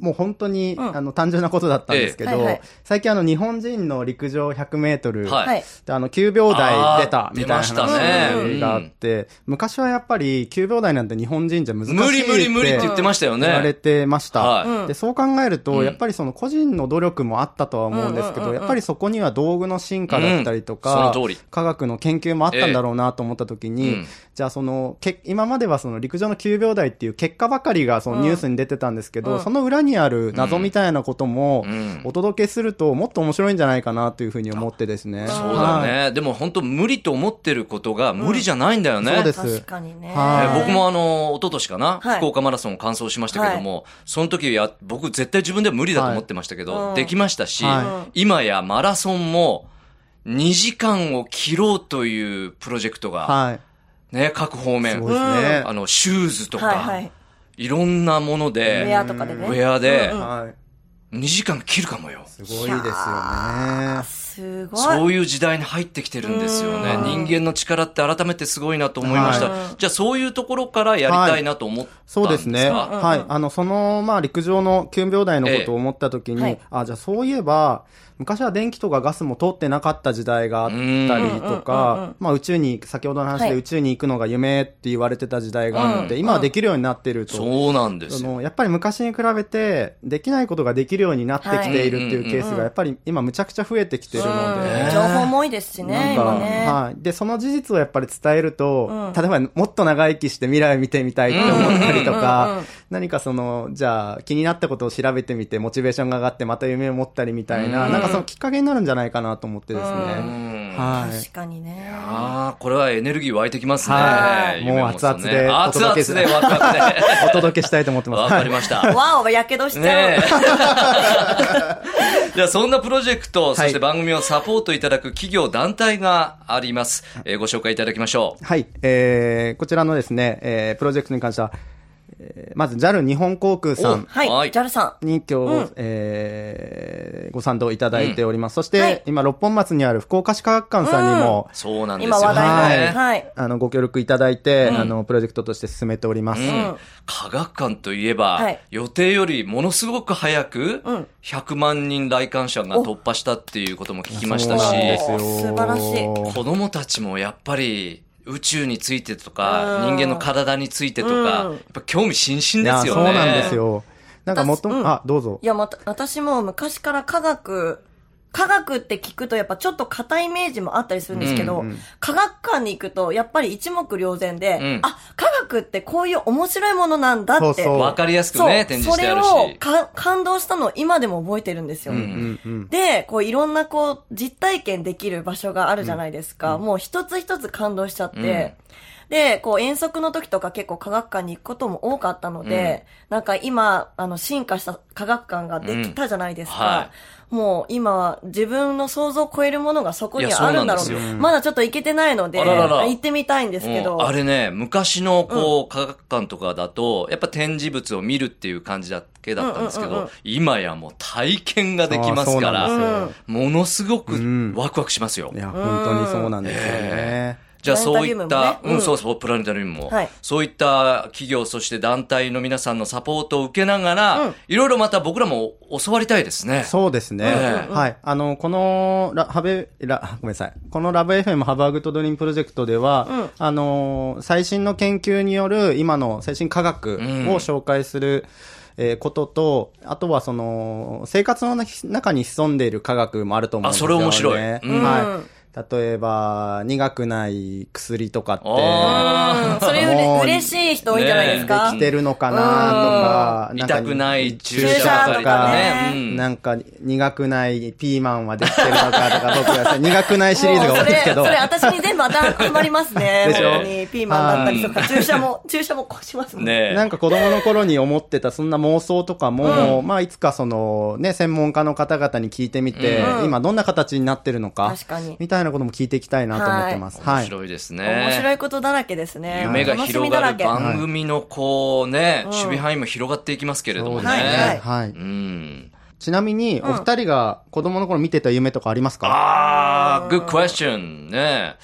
[SPEAKER 4] もう本当に、
[SPEAKER 3] ん
[SPEAKER 4] あの、単純なことだったんですけど、
[SPEAKER 3] ええはいはい
[SPEAKER 4] 最近あの、日本人の陸上100メートル、
[SPEAKER 2] はい
[SPEAKER 3] はい。
[SPEAKER 4] であの、9秒台出た、みたいな
[SPEAKER 2] あー出ましたね
[SPEAKER 4] 話があって、昔はやっぱり9秒台なんて日本人じゃ難しいって
[SPEAKER 2] 無理無理無理って言ってましたよね。
[SPEAKER 4] 言われてました。
[SPEAKER 2] は
[SPEAKER 4] で、そう考えると、
[SPEAKER 2] うん
[SPEAKER 4] やっぱりその個人の努力もあったとは思うんですけど、やっぱりそこには道具の進化だったりと
[SPEAKER 2] うん
[SPEAKER 4] か、
[SPEAKER 2] その通り
[SPEAKER 4] 科学の研究もあったんだろうなと思った時に、
[SPEAKER 2] ええうん
[SPEAKER 4] じゃあその、け今まではその陸上の9秒台っていう結果ばかりがそのニュースに出てたんですけど、その裏にある謎みたいなこと
[SPEAKER 2] う
[SPEAKER 4] も
[SPEAKER 2] ん、
[SPEAKER 4] お届けするともっと面白いんじゃないかなというふうに思ってですね。
[SPEAKER 2] そうだ
[SPEAKER 4] はい。
[SPEAKER 2] ね。でも本当無理と思ってることが無理じゃないんだよね。
[SPEAKER 4] そうです
[SPEAKER 3] 確かにね。
[SPEAKER 4] はい
[SPEAKER 2] えー僕もあの、一昨年かな、
[SPEAKER 3] はい
[SPEAKER 2] 福岡マラソンを完走しましたけども、その時や、僕絶対自分では無理だと思ってましたけど、
[SPEAKER 3] はいうん
[SPEAKER 2] できましたし、
[SPEAKER 4] は
[SPEAKER 2] 今やマラソンも、2時間を切ろうというプロジェクトが、
[SPEAKER 4] はい。
[SPEAKER 2] ね、各方面
[SPEAKER 4] そう、ですね。
[SPEAKER 2] あの、シューズとか、
[SPEAKER 3] はい
[SPEAKER 2] い
[SPEAKER 3] はい。
[SPEAKER 2] ろんなもの
[SPEAKER 3] ウ
[SPEAKER 2] で、
[SPEAKER 3] ェアとかでね。
[SPEAKER 2] ウェアで、
[SPEAKER 4] はい。
[SPEAKER 2] 2時間切るかもよ。
[SPEAKER 4] すごいですよね。
[SPEAKER 3] すごい。
[SPEAKER 2] そういう時代に入ってきてるんですよね。人間の力って改めてすごいなと思いました。じゃあそういうところからやりたいなと思ったんですか、
[SPEAKER 4] そうですね。はい。あの、その、まあ、陸上の9秒台のことを思ったときに、
[SPEAKER 3] ええはい
[SPEAKER 4] あ、じゃあそういえば、昔は電気とかガスも通ってなかった時代があったりとか、まあ、宇宙に、先ほどの話
[SPEAKER 3] はい
[SPEAKER 4] で宇宙に行くのが夢って言われてた時代があるので、
[SPEAKER 2] う
[SPEAKER 4] 今はできるようになってると。
[SPEAKER 2] そうなんです
[SPEAKER 4] そ
[SPEAKER 2] よ。
[SPEAKER 4] のやっぱり昔に比べて、できないことができるようになってきているっていうケースが、やっぱり今むちゃくちゃ増えてきてるので、
[SPEAKER 3] うん情報も多いですしね、
[SPEAKER 4] なんか
[SPEAKER 3] 今ね。
[SPEAKER 4] はい。で、その事実をやっぱり伝えると、例えばもっと長生きして未来を見てみたいって思ったりとか、何かその、じゃあ気になったことを調べてみて、モチベーションが上がってまた夢を持ったりみたいな、なんかそのきっかけになるんじゃないかなと思ってですね。はい。
[SPEAKER 3] 確かにね。
[SPEAKER 2] ああ、これはエネルギー湧いてきますね。
[SPEAKER 4] はい
[SPEAKER 2] 夢
[SPEAKER 4] もう熱々で
[SPEAKER 2] もそうね
[SPEAKER 4] お届け
[SPEAKER 2] 熱
[SPEAKER 4] す
[SPEAKER 2] 々
[SPEAKER 4] る
[SPEAKER 2] で、熱々 で。
[SPEAKER 4] お届けしたいと思ってます。
[SPEAKER 2] わかりました。
[SPEAKER 3] わお、やけどしちゃ
[SPEAKER 2] ね
[SPEAKER 3] う。
[SPEAKER 2] え。 じゃあそんなプロジェクト、そ
[SPEAKER 4] はい
[SPEAKER 2] して番組をサポートいただく企業団体があります。えーご紹介いただきましょう。
[SPEAKER 4] はい、えー、こちらのですね、えー、プロジェクトに関しては、えーまず JAL 日本航空さん
[SPEAKER 3] はい
[SPEAKER 2] はい。
[SPEAKER 3] JAL さん。
[SPEAKER 4] に今日、
[SPEAKER 3] うん
[SPEAKER 4] えーご賛同いただいております。そして、
[SPEAKER 3] はい
[SPEAKER 4] 今、六本松にある福岡市科学館さんにも、
[SPEAKER 2] そうなんですよ
[SPEAKER 3] 今
[SPEAKER 2] ね。
[SPEAKER 3] 話題の。
[SPEAKER 4] は
[SPEAKER 3] はい。
[SPEAKER 4] あの、ご協力いただいて、あの、プロジェクトとして進めております。
[SPEAKER 2] うん科学館といえば、
[SPEAKER 3] はい
[SPEAKER 2] 予定よりものすごく早く
[SPEAKER 3] ん、
[SPEAKER 2] 100万人来館者が突破したっていうことも聞きました
[SPEAKER 4] そうなんで
[SPEAKER 2] し、
[SPEAKER 4] すよ。
[SPEAKER 3] 素晴らしい
[SPEAKER 2] 子供たちもやっぱり、宇宙についてとか、
[SPEAKER 3] うん
[SPEAKER 2] 人間の体についてとか、
[SPEAKER 3] うん
[SPEAKER 2] やっぱ興味津
[SPEAKER 4] い
[SPEAKER 2] 々
[SPEAKER 4] や、
[SPEAKER 2] ですよ
[SPEAKER 4] そ
[SPEAKER 2] ね。
[SPEAKER 4] うなんですよ。なんかもっと、
[SPEAKER 3] うん
[SPEAKER 4] あ、どうぞ
[SPEAKER 3] い。や、また、私も昔から科学、科学って聞くとやっぱちょっと硬いイメージもあったりするんですけど、科学館に行くとやっぱり一目瞭然で、
[SPEAKER 2] うん
[SPEAKER 3] あ、科学ってこういう面白いものなんだって。
[SPEAKER 4] そうそう
[SPEAKER 2] わかりやすく
[SPEAKER 3] そう
[SPEAKER 2] ね、展示してあるし。
[SPEAKER 3] それをか感動したのを今でも覚えてるんですよ。
[SPEAKER 4] うんうん。
[SPEAKER 3] で、こういろんなこう実体験できる場所があるじゃないですか。もう一つ一つ感動しちゃって。で、こう遠足の時とか結構科学館に行くことも多かったので、なんか今、あの、進化した科学館ができたじゃないです
[SPEAKER 2] う
[SPEAKER 3] か。
[SPEAKER 2] んは
[SPEAKER 3] もう今は自分の想像を超えるものがそこに
[SPEAKER 2] いやそう
[SPEAKER 3] あ
[SPEAKER 2] な
[SPEAKER 3] る
[SPEAKER 2] んん
[SPEAKER 3] だ
[SPEAKER 2] で
[SPEAKER 3] ろう
[SPEAKER 2] すよ
[SPEAKER 3] ねまだちょっと行けてないので、
[SPEAKER 2] あららら
[SPEAKER 3] 行ってみたいんですけ
[SPEAKER 2] う
[SPEAKER 3] ど。
[SPEAKER 2] んあれね、昔のこう、科学館とかだと、やっぱ展示物を見るっていう感じだけだったんですけど、
[SPEAKER 3] うんうんうんうん
[SPEAKER 2] 今やもう体験ができますか
[SPEAKER 4] あーそう
[SPEAKER 2] ら、
[SPEAKER 4] なんで
[SPEAKER 2] ものすごく
[SPEAKER 4] ん
[SPEAKER 2] ワクワクしますよ。
[SPEAKER 4] いや、本当にそうなんですよね。
[SPEAKER 2] じゃあそういっ
[SPEAKER 3] プラネタ
[SPEAKER 2] たう
[SPEAKER 3] リウムもね、うん
[SPEAKER 2] ん、そうそう、プラネタリウムも、
[SPEAKER 3] はい
[SPEAKER 2] そういった企業、そして団体の皆さんのサポートを受けながら、いろいろまた僕らも教わりたいですね。
[SPEAKER 4] そうですね。
[SPEAKER 2] ええ
[SPEAKER 4] はい。あの、この、ラ、ハベ、ラ、ごめんなさい。このラブ FM ハバーグとドリームプロジェクトでは、あの、最新の研究による今の最新科学を紹介する、えーことと、あとはその、生活の中に潜んでいる科学もあると思うんですよね。
[SPEAKER 2] あそれ面白いうん
[SPEAKER 4] はい。例えば、苦くない薬とかって、
[SPEAKER 2] あ
[SPEAKER 3] うんそれよ
[SPEAKER 4] もう
[SPEAKER 3] り嬉しい人多いんじゃないです
[SPEAKER 4] で
[SPEAKER 3] か。
[SPEAKER 4] きてるのかなとか、んか
[SPEAKER 2] 痛くない注
[SPEAKER 3] 射とかね
[SPEAKER 2] うん
[SPEAKER 4] なんか苦くないピーマンはできてるのかとか、僕がさ苦くないシリーズ
[SPEAKER 3] も
[SPEAKER 4] が多
[SPEAKER 3] う
[SPEAKER 4] いんですけど
[SPEAKER 3] それ、それ、私に全部当てはまりますね。
[SPEAKER 4] でしょ
[SPEAKER 3] 本当にピーマンだったりとか、注射も、注射もこうしますもんね。
[SPEAKER 2] ねえ。
[SPEAKER 4] なんか子供の頃に思ってたそんな妄想とかも、まあいつかそのね、専門家の方々に聞いてみて、今どんな形になってるのか
[SPEAKER 3] 確かに、
[SPEAKER 4] みたいなことも聞いていきたいなと思ってます。は
[SPEAKER 2] 面
[SPEAKER 4] い。
[SPEAKER 2] 白いです
[SPEAKER 3] 面白
[SPEAKER 2] ね。
[SPEAKER 3] いことだらけですね。
[SPEAKER 2] 夢が広がる
[SPEAKER 3] 楽し
[SPEAKER 2] 番組のこうね、守備範囲も広がっていきますけれども
[SPEAKER 3] そうですねはい
[SPEAKER 2] ね。
[SPEAKER 4] はい。
[SPEAKER 2] うん。
[SPEAKER 4] ちなみに、お二人が子供の頃見てた夢とかありますか
[SPEAKER 2] あー、good question ね。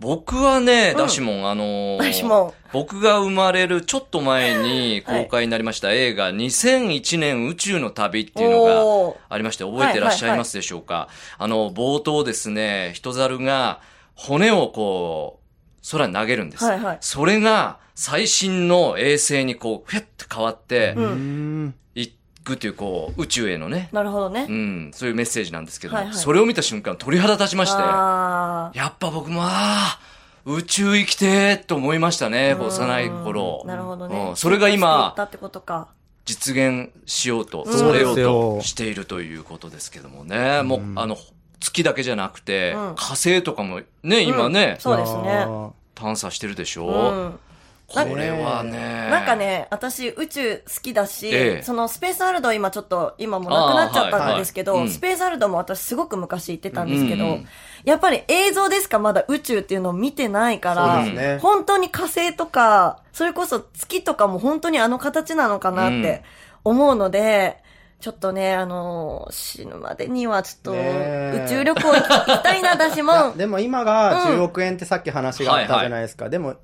[SPEAKER 2] 僕はね、ダシモン、あのー
[SPEAKER 3] ダシモン
[SPEAKER 2] 僕が生まれるちょっと前に
[SPEAKER 3] はい
[SPEAKER 2] 公開になりました映画、2001年宇宙の旅っていうの
[SPEAKER 3] おー
[SPEAKER 2] がありまして、覚えてらっしゃいますでしょうか。あの、冒頭ですね、人猿が骨をこう、空に投げるんです。
[SPEAKER 3] はいはい
[SPEAKER 2] それが最新の衛星にこう、ふやって変わって
[SPEAKER 3] う、ん
[SPEAKER 4] うん。
[SPEAKER 2] いくというこう、宇宙へのね、
[SPEAKER 3] なるほどね
[SPEAKER 2] う。ん、そういうメッセージなんですけども、
[SPEAKER 3] はいはい
[SPEAKER 2] それを見た瞬間鳥肌立ちまして、
[SPEAKER 3] あ
[SPEAKER 2] やっぱ僕も、ああ、宇宙生きてーと思いましたね、
[SPEAKER 3] ー
[SPEAKER 2] 幼い頃。
[SPEAKER 3] なるほどね
[SPEAKER 2] う。んそれが
[SPEAKER 3] 進化していっ
[SPEAKER 2] 今
[SPEAKER 3] た、ってことか。
[SPEAKER 2] 実現しようと、
[SPEAKER 4] ん
[SPEAKER 2] されようと
[SPEAKER 4] そうですよ
[SPEAKER 2] しているということですけどもね。もう、あの、月だけじゃなくて、
[SPEAKER 3] うん
[SPEAKER 2] 火星とかもね、今ね、
[SPEAKER 3] そうですね。
[SPEAKER 2] 探査してるでしょ、
[SPEAKER 3] うん。
[SPEAKER 2] これはね。
[SPEAKER 3] なんか、ね、私宇宙好きだし、
[SPEAKER 2] ええ
[SPEAKER 3] そのスペースワールド今ちょっと、今もうなくなっちゃっ
[SPEAKER 2] あーはい
[SPEAKER 3] た
[SPEAKER 2] は
[SPEAKER 3] ん
[SPEAKER 2] い
[SPEAKER 3] ですけど、
[SPEAKER 2] うん
[SPEAKER 3] スペースワールドも私すごく昔行ってたんですけど、
[SPEAKER 2] うんうん
[SPEAKER 3] やっぱり映像でしかまだ宇宙っていうのを見てないから、
[SPEAKER 4] そうですね
[SPEAKER 3] 本当に火星とか、それこそ月とかも本当にあの形なのかなって思うので、ちょっとね、あのー死ぬまでにはちょっと、
[SPEAKER 4] ねえ
[SPEAKER 3] 宇宙旅行行きたいな、私
[SPEAKER 4] いや
[SPEAKER 3] も。
[SPEAKER 4] でも今が10億円ってさっき話があったじゃないですか。でも、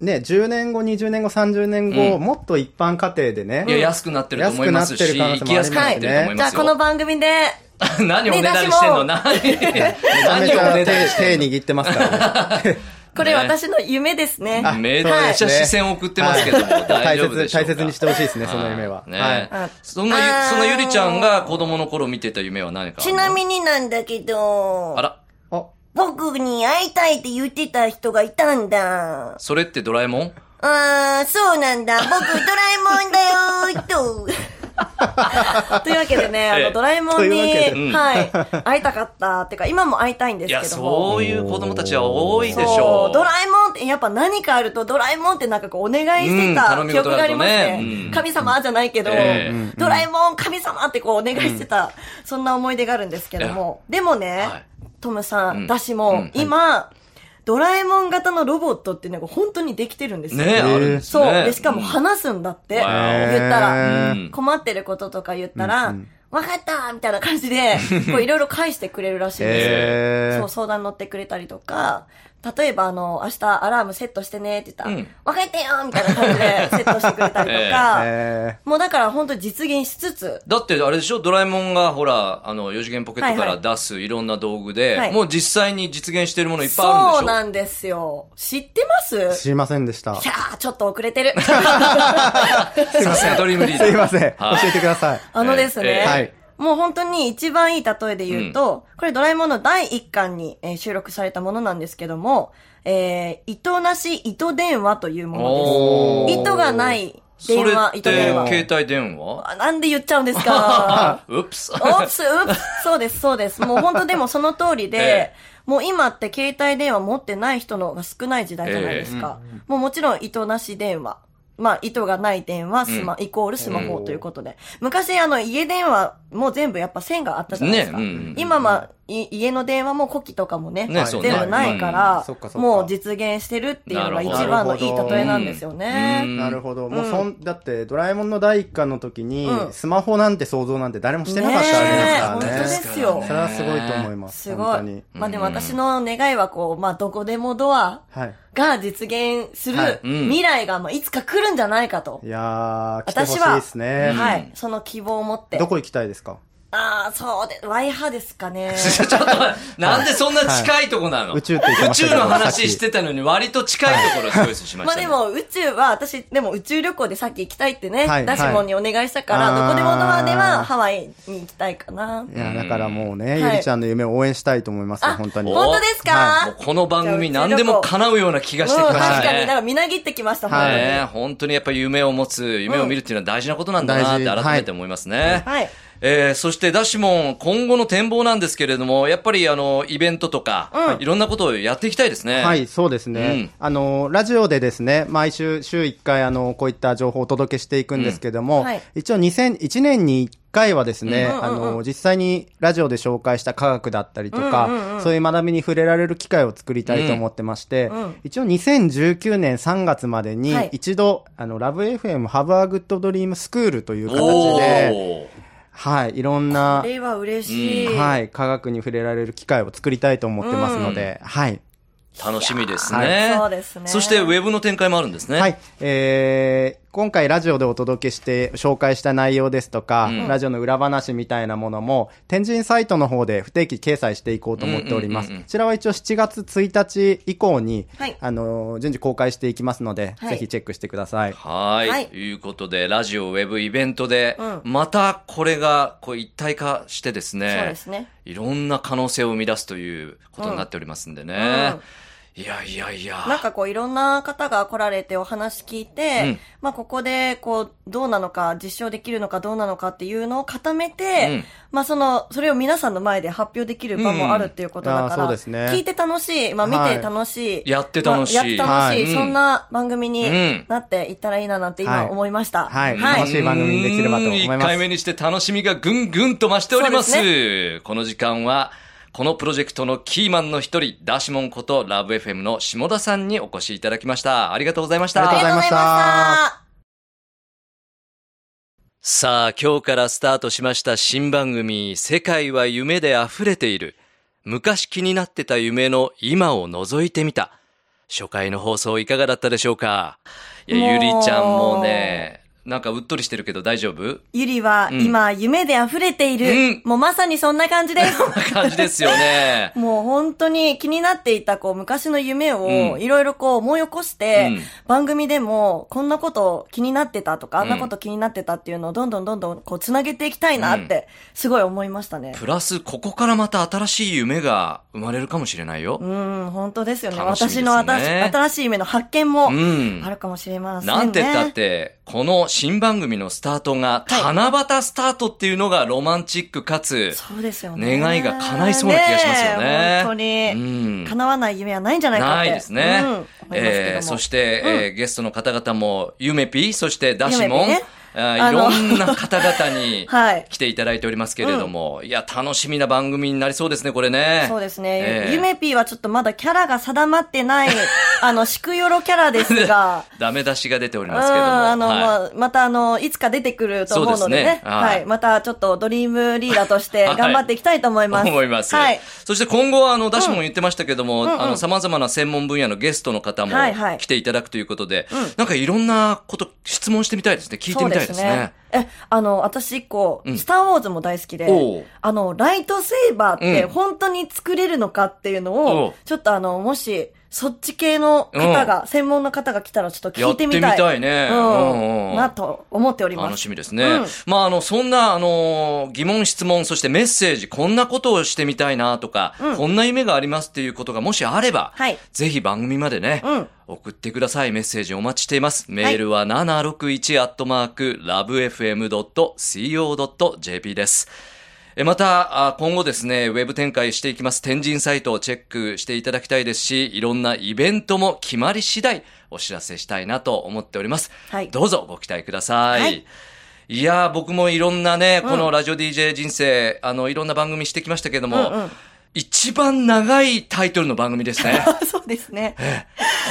[SPEAKER 4] ね、10年後、20年後、30年後、
[SPEAKER 2] うん
[SPEAKER 4] もっと一般家庭でね。
[SPEAKER 2] いや、安くなってると思います
[SPEAKER 4] 安
[SPEAKER 2] し、
[SPEAKER 4] くなってる可能性も
[SPEAKER 2] 行き
[SPEAKER 4] ありますね
[SPEAKER 2] やすくなってると思い
[SPEAKER 3] じゃ
[SPEAKER 2] ま
[SPEAKER 3] あ
[SPEAKER 2] すよ。
[SPEAKER 3] この番組で、
[SPEAKER 2] 何をねだりしてんの何
[SPEAKER 4] めちゃめ
[SPEAKER 2] 何
[SPEAKER 4] ち
[SPEAKER 2] を
[SPEAKER 4] ゃ
[SPEAKER 2] ねだりしてんの
[SPEAKER 4] 手手握ってま すからね。
[SPEAKER 3] これ
[SPEAKER 2] ね
[SPEAKER 3] 私の夢ですね。
[SPEAKER 4] あ
[SPEAKER 2] めちゃめちゃ視線を送ってますけども、
[SPEAKER 4] はい
[SPEAKER 2] 大丈夫で
[SPEAKER 4] 大
[SPEAKER 2] しょう
[SPEAKER 4] 切
[SPEAKER 2] か
[SPEAKER 4] 大切にしてほしいですね、その夢は。
[SPEAKER 2] ね、
[SPEAKER 4] はい
[SPEAKER 3] はい
[SPEAKER 2] そんなゆ
[SPEAKER 3] あー
[SPEAKER 2] そのゆりちゃんが子供の頃見てた夢は何か
[SPEAKER 3] ちな
[SPEAKER 2] に。
[SPEAKER 3] みになんだけど、
[SPEAKER 2] あら、
[SPEAKER 4] あ、
[SPEAKER 3] 僕に会いたいって言ってた人がいたんだ。
[SPEAKER 2] それってドラえもん
[SPEAKER 3] あー、そうな んだ。僕、ドラえもんだよー、と。 というわけでね、あ
[SPEAKER 2] ええ
[SPEAKER 3] の、ドラえもん
[SPEAKER 4] というわ
[SPEAKER 2] で
[SPEAKER 4] け
[SPEAKER 2] う
[SPEAKER 3] に、
[SPEAKER 2] ん
[SPEAKER 3] はい、会いたかった。ってか、今も会いたいんで
[SPEAKER 2] い
[SPEAKER 3] すけど
[SPEAKER 2] や、
[SPEAKER 3] も。
[SPEAKER 2] そういう子供たちは多いでし
[SPEAKER 3] そ
[SPEAKER 2] ょ
[SPEAKER 3] う
[SPEAKER 2] う。
[SPEAKER 3] ドラえもんって、やっぱ何かあると、ドラえもんってなんかこう、お願いして
[SPEAKER 2] う
[SPEAKER 3] た
[SPEAKER 2] ん
[SPEAKER 3] 記憶があります
[SPEAKER 2] 頼み事だと
[SPEAKER 3] ね
[SPEAKER 2] ね。うん
[SPEAKER 3] 神様じゃないけど、
[SPEAKER 2] え
[SPEAKER 3] ドラえもん神様ってこう、お願いしてた、そんな思い出があるんですけども。でもね、
[SPEAKER 2] はい
[SPEAKER 3] トムさん、
[SPEAKER 2] うん
[SPEAKER 3] 私も、
[SPEAKER 2] うん
[SPEAKER 3] 今、ドラえもん型のロボットっていうのが本当にできてるんですよ。
[SPEAKER 2] ね、あるんです
[SPEAKER 3] そう。
[SPEAKER 2] ね。
[SPEAKER 3] で、しかも話すんだって。
[SPEAKER 2] うん
[SPEAKER 3] 言ったら、
[SPEAKER 4] へー
[SPEAKER 2] うん
[SPEAKER 3] 困ってることとか言ったら、わかったみたいな感 じで、こういろいろ返してくれるらしいんで
[SPEAKER 4] へ
[SPEAKER 3] す
[SPEAKER 4] ー
[SPEAKER 3] よ。そう、相談乗ってくれたりとか、例えばあの、明日アラームセットしてねって言ったら、
[SPEAKER 2] うん
[SPEAKER 3] わかったよみたいな感 じでセットしてくれたりとか、
[SPEAKER 4] え
[SPEAKER 3] もうだから本当に実現しつつ、
[SPEAKER 2] だってあれでしょドラえもんがほら、あの、4次元ポケットか
[SPEAKER 3] はい
[SPEAKER 2] ら
[SPEAKER 3] はい
[SPEAKER 2] 出すいろんな道具で、
[SPEAKER 3] はい
[SPEAKER 2] もう実際に実現してるものいっぱいあるんでしょ
[SPEAKER 3] そうなんですよ。知ってます
[SPEAKER 4] ー、知りませんでした。
[SPEAKER 3] い
[SPEAKER 4] す
[SPEAKER 3] やー、ちょっと遅れてる。
[SPEAKER 2] さすがドリームリーダー。
[SPEAKER 4] いません。教
[SPEAKER 2] はい
[SPEAKER 4] えてください。
[SPEAKER 3] あのですね、
[SPEAKER 2] ええ
[SPEAKER 4] はい
[SPEAKER 3] もう本当に一番いい例えで言うと、これドラえもんの第1巻に、えー収録されたものなんですけども、えー、糸なし糸電話というもの
[SPEAKER 2] お
[SPEAKER 3] で
[SPEAKER 2] ー
[SPEAKER 3] す。糸がない電
[SPEAKER 2] そ
[SPEAKER 3] 話、
[SPEAKER 2] れっ
[SPEAKER 3] 糸電話。
[SPEAKER 2] て、携帯電話
[SPEAKER 3] あなんで言っちゃうんです か
[SPEAKER 2] うっす。
[SPEAKER 3] おーつ、うっそうです、そうです。もう本当でもその通りで、
[SPEAKER 2] ええ
[SPEAKER 3] もう今って携帯電話持ってない人の方が少ない時代じゃないですか。もうもちろん糸なし電話。まあ、糸がない電話、スマ、イコールスマホということで。昔、あの、家電話も全部やっぱ線があったじゃないですか。
[SPEAKER 2] ねうん
[SPEAKER 3] 今まあ、い家の電話も呼気とかもね、
[SPEAKER 2] ね
[SPEAKER 4] そ
[SPEAKER 3] 全
[SPEAKER 4] うね
[SPEAKER 3] 部ないか
[SPEAKER 4] う
[SPEAKER 3] ら
[SPEAKER 4] んそっかそっ、か
[SPEAKER 3] もう実現してるっていうのが一番のいい例えなんですよ
[SPEAKER 2] う
[SPEAKER 3] ね。
[SPEAKER 2] ん
[SPEAKER 4] なるほど。もうそん、だって、ドラえもんの第一巻の時に
[SPEAKER 3] う、ん
[SPEAKER 4] スマホなんて想像なんて誰もしてなかっ
[SPEAKER 3] ね
[SPEAKER 4] た
[SPEAKER 3] え
[SPEAKER 4] わ
[SPEAKER 3] 本
[SPEAKER 4] け
[SPEAKER 3] 当
[SPEAKER 4] で
[SPEAKER 3] です
[SPEAKER 4] か
[SPEAKER 3] す
[SPEAKER 4] ら
[SPEAKER 3] よ
[SPEAKER 4] ね。そ。れはすごいと思います。
[SPEAKER 3] す
[SPEAKER 4] 本
[SPEAKER 3] ご
[SPEAKER 4] 当に
[SPEAKER 3] い。。まあでも私の願いはこう、まあどこでもドア
[SPEAKER 4] はい。
[SPEAKER 3] が実現する
[SPEAKER 4] はい
[SPEAKER 2] うん
[SPEAKER 3] 未来がまあいつか来るんじゃないかと
[SPEAKER 4] い。やー、来てほ
[SPEAKER 3] 私
[SPEAKER 4] しい
[SPEAKER 3] は、
[SPEAKER 4] ですね。
[SPEAKER 3] はい、その希望を持って。
[SPEAKER 4] どこ行きたいですか
[SPEAKER 3] ああ、そうで、Y 派ですか ね。
[SPEAKER 2] ちょっと待って、なんでそんな近いとこなの、
[SPEAKER 4] はい宇宙って言ってました
[SPEAKER 2] 宇
[SPEAKER 4] け
[SPEAKER 2] 宙
[SPEAKER 4] ど
[SPEAKER 2] の
[SPEAKER 4] さっき
[SPEAKER 2] 話してたのに割と近いところをチョイスしま
[SPEAKER 3] ま
[SPEAKER 2] し
[SPEAKER 3] あ
[SPEAKER 2] た、ね。
[SPEAKER 3] でも宇宙は私、でも宇宙旅行でさっき行きたいってね、
[SPEAKER 4] はい
[SPEAKER 3] ダシモンにお願いしたから、
[SPEAKER 4] はい
[SPEAKER 3] どこでもドアで
[SPEAKER 4] あー
[SPEAKER 3] はハワイに行きたいかな。
[SPEAKER 4] いや、だからもう
[SPEAKER 3] うん
[SPEAKER 4] ね、ゆりちゃんの夢を応援したいと思いますよ、
[SPEAKER 3] あ、本
[SPEAKER 4] 本当に。
[SPEAKER 3] 当です
[SPEAKER 4] は
[SPEAKER 3] か
[SPEAKER 2] もうこの番組何でも叶うような気が
[SPEAKER 3] うん、
[SPEAKER 2] してきま
[SPEAKER 3] 確
[SPEAKER 2] したね。
[SPEAKER 3] かに、なんかみなぎってきました、
[SPEAKER 4] は
[SPEAKER 3] 本
[SPEAKER 4] い
[SPEAKER 2] ねえ本当にやっぱり夢を持つ、夢を見るっていうのは大事なことなんだなっ
[SPEAKER 4] うん
[SPEAKER 2] て
[SPEAKER 4] 大事
[SPEAKER 2] 改めて思いますね。
[SPEAKER 3] はいはい
[SPEAKER 2] えーそしてダッシュモン、今後の展望なんですけれども、やっぱりあの、イベントとか、いろんなことをやっていきたいですね。
[SPEAKER 4] はい、そうです
[SPEAKER 2] うん
[SPEAKER 4] ね。あの、ラジオでですね、毎週、週1回、あの、こういった情報をお届けしていくんですけど
[SPEAKER 3] う
[SPEAKER 4] も
[SPEAKER 3] んはい、
[SPEAKER 4] 一応2001年に1回はですね、
[SPEAKER 3] うん
[SPEAKER 4] あの、実際にラジオで紹介した科学だったりとか、そういう学びに触れられる機会を作りたいと思ってまして
[SPEAKER 3] ん、
[SPEAKER 4] 一応2019年3月までに
[SPEAKER 3] はい、
[SPEAKER 4] 一度、あの、ラブ FM ハブアグッドドリームスクールという形
[SPEAKER 2] お
[SPEAKER 4] で、
[SPEAKER 2] ー。
[SPEAKER 4] はい、いろん
[SPEAKER 3] 当
[SPEAKER 4] な
[SPEAKER 3] こ、れは嬉しい。
[SPEAKER 4] はい、科学に触れられる機会を作りたいと思ってますので、はい。
[SPEAKER 2] 楽しみです
[SPEAKER 4] い
[SPEAKER 2] ね。
[SPEAKER 3] やーそうですね
[SPEAKER 2] そしてウェブの展開もあるんですね。
[SPEAKER 4] はい。えー、今回ラジオでお届けして紹介した内容ですとか、ラジオの裏話みたいなものも、天神サイトの方で不定期掲載していこうと思っております。
[SPEAKER 2] うんうんうんうん
[SPEAKER 4] こちらは一応7月1日以降に、
[SPEAKER 3] はい
[SPEAKER 4] あのー順次公開していきますので、
[SPEAKER 3] はい
[SPEAKER 4] ぜひチェックしてください。
[SPEAKER 2] はい。
[SPEAKER 3] はい
[SPEAKER 2] ということで、ラジオ、ウェブ、イベントで、
[SPEAKER 3] うん
[SPEAKER 2] またこれがこう一体化してですね、
[SPEAKER 3] そうですね
[SPEAKER 2] いろんな可能性を生み出すということになっておりますんでね。いやいやいや。
[SPEAKER 3] なんかこういろんな方が来られてお話聞いて、
[SPEAKER 2] うん
[SPEAKER 3] まあここでこうどうなのか実証できるのかどうなのかっていうのを固めて、
[SPEAKER 2] うん
[SPEAKER 3] まあその、それを皆さんの前で発表できる場もあるっていうことだから、
[SPEAKER 4] うんあーそうですね
[SPEAKER 3] 聞いて楽しい、まあ見
[SPEAKER 4] は
[SPEAKER 3] て
[SPEAKER 4] い
[SPEAKER 3] 楽しい。
[SPEAKER 2] やって楽しい
[SPEAKER 3] まあやって楽しい、
[SPEAKER 2] はい
[SPEAKER 3] そんな番組
[SPEAKER 2] う
[SPEAKER 3] に
[SPEAKER 2] ん
[SPEAKER 3] なっていったらいいななんて今思いました。
[SPEAKER 4] はい。
[SPEAKER 3] はい
[SPEAKER 4] 楽しい番組にできればと思い
[SPEAKER 2] 1
[SPEAKER 4] ま
[SPEAKER 2] 回
[SPEAKER 4] す。
[SPEAKER 2] 目にして楽しみがぐんぐんと増しております。
[SPEAKER 3] そう
[SPEAKER 2] この時間は、このプロジェクトのキーマンの一人、ダシモンことラブ FM の下田さんにお越しいただきました。ありがとうございました。
[SPEAKER 4] ありがとうございました
[SPEAKER 3] ありがとうございました。
[SPEAKER 2] さあ、今日からスタートしました新番組、世界は夢で溢れている。昔気になってた夢の今を覗いてみた。初回の放送いかがだったでしょうかい
[SPEAKER 3] もう
[SPEAKER 2] や、ゆりちゃんもね、なんかうっとりしてるけど大丈夫
[SPEAKER 3] ゆりは
[SPEAKER 2] うん
[SPEAKER 3] 今夢で溢れている。
[SPEAKER 2] うん
[SPEAKER 3] もうまさにそんな感じです。。
[SPEAKER 2] な感じですよね
[SPEAKER 3] もう本当に気になっていたこう昔の夢
[SPEAKER 2] う
[SPEAKER 3] を
[SPEAKER 2] ん
[SPEAKER 3] いろいろこう思い起こして、
[SPEAKER 2] うん
[SPEAKER 3] 番組でもこんなこと気になってたとか、
[SPEAKER 2] ん
[SPEAKER 3] あんなこと気になってたっていうのをどんどんどんどんこう繋げていきたいなってすごい思いましたね。
[SPEAKER 2] プラス、ここからまた新しい夢が生まれるかもしれないよ。
[SPEAKER 3] うん、本当ですよね。
[SPEAKER 2] 楽しみですね
[SPEAKER 3] 私の新し新しい夢の発見も
[SPEAKER 2] ん
[SPEAKER 3] あるかもしれませんね。
[SPEAKER 2] なんて言ったって、この新番組のスタートが、七夕スタートっていうのがロマンチックかつ、
[SPEAKER 3] そうですよね。
[SPEAKER 2] 願いが叶いそうな気がしますよね
[SPEAKER 3] え本当に、
[SPEAKER 2] うん
[SPEAKER 3] 叶わない夢はないんじゃないか
[SPEAKER 2] な
[SPEAKER 3] って。
[SPEAKER 2] いですね。
[SPEAKER 3] うん、思いますけども。
[SPEAKER 2] えーそして、えーゲストの方々も、ゆめぴ、そしてダシモン、
[SPEAKER 3] ゆめぴね
[SPEAKER 2] あー
[SPEAKER 3] あ
[SPEAKER 2] い
[SPEAKER 3] の
[SPEAKER 2] ろんな方々に
[SPEAKER 3] はい
[SPEAKER 2] 来ていただいておりますけれども、いや、楽しみな番組になりそうですね、これね。
[SPEAKER 3] そうですね。
[SPEAKER 2] えー
[SPEAKER 3] ゆめぴーはちょっとまだキャラが定まっ てない、あの、しくよろキャラですが、
[SPEAKER 2] ダメ出しが出ており
[SPEAKER 3] うん、
[SPEAKER 2] ますけれども。
[SPEAKER 3] あの、
[SPEAKER 2] はい
[SPEAKER 3] まあまたあの、いつか出てくると思うのでね。
[SPEAKER 2] そうですねは
[SPEAKER 3] はいい、またちょっとドリームリーダーとして 頑張っていきたいと思います。
[SPEAKER 2] 思います。
[SPEAKER 3] はい。
[SPEAKER 2] そして今後は、あの、ダッシュも言ってましたけども、
[SPEAKER 3] うん
[SPEAKER 2] あの、様々な専門分野のゲストの方も
[SPEAKER 3] はいはい
[SPEAKER 2] 来ていただくということで、なんかいろんなこと、質問してみたいですね。聞いてみたいですね。
[SPEAKER 3] そうですねえ、あの、私一個、
[SPEAKER 2] ん
[SPEAKER 3] スターウォーズも大好き
[SPEAKER 2] おう
[SPEAKER 3] で、あの、ライトセイバーって
[SPEAKER 2] うん
[SPEAKER 3] 本当に作れるのかっていうの
[SPEAKER 2] おう
[SPEAKER 3] を、ちょっとあの、もし、そっち系の方が、専門の方が来たらちょっと聞いてみたい。
[SPEAKER 2] やってみたいね
[SPEAKER 3] う
[SPEAKER 2] うんうん
[SPEAKER 3] ん。なと思っております。
[SPEAKER 2] 楽しみですね。
[SPEAKER 3] うん
[SPEAKER 2] まあ、あの、そんな、あの、疑問、質問、そしてメッセージ、こんなことをしてみたいなとか、こんな夢がありますっていうことがもしあれば、
[SPEAKER 3] はい
[SPEAKER 2] ぜひ番組までね、
[SPEAKER 3] うん
[SPEAKER 2] 送ってください。メッセージお待ちしています。メールは 761-lovefm.co.jp です。えまた、あ今後ですね、ウェブ展開していきます天神サイトをチェックしていただきたいですし、いろんなイベントも決まり次第お知らせしたいなと思っております。
[SPEAKER 3] はい
[SPEAKER 2] どうぞご期待ください。
[SPEAKER 3] はいい、
[SPEAKER 2] やー、僕もいろんなね、このラジオ DJ 人生、あの、いろんな番組してきましたけども、
[SPEAKER 3] うんうん
[SPEAKER 2] 一番長いタイトルの番組ですね。
[SPEAKER 3] そうですね。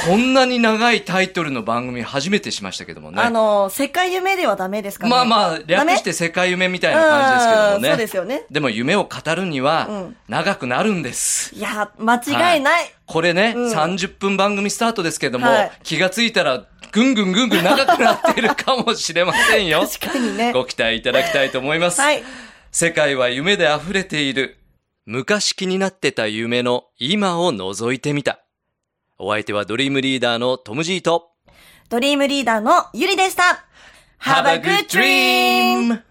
[SPEAKER 2] こんなに長いタイトルの番組初めてしましたけどもね。
[SPEAKER 3] あの、世界夢ではダメですかね。
[SPEAKER 2] まあまあ、
[SPEAKER 3] ダ
[SPEAKER 2] 略
[SPEAKER 3] メ
[SPEAKER 2] して世界夢みたいな感じですけどもね。
[SPEAKER 3] うんそうですよね
[SPEAKER 2] でも夢を語るに
[SPEAKER 3] う
[SPEAKER 2] は
[SPEAKER 3] ん、
[SPEAKER 2] 長くなるんです。
[SPEAKER 3] いや、間違いない。
[SPEAKER 2] これね、
[SPEAKER 3] うん
[SPEAKER 2] 30分番組スタートですけども、
[SPEAKER 3] はい
[SPEAKER 2] 気がついたら、ぐんぐんぐんぐん長くなってるかもしれませんよ。
[SPEAKER 3] 確かにね。
[SPEAKER 2] ご期待いただきたいと思います。
[SPEAKER 3] はい。
[SPEAKER 2] 世界は夢で溢れている。昔気になってた夢の今を覗いてみた。お相手はドリームリーダーのトム・ジーと。
[SPEAKER 3] ドリームリーダーのゆりでした !Have a good dream!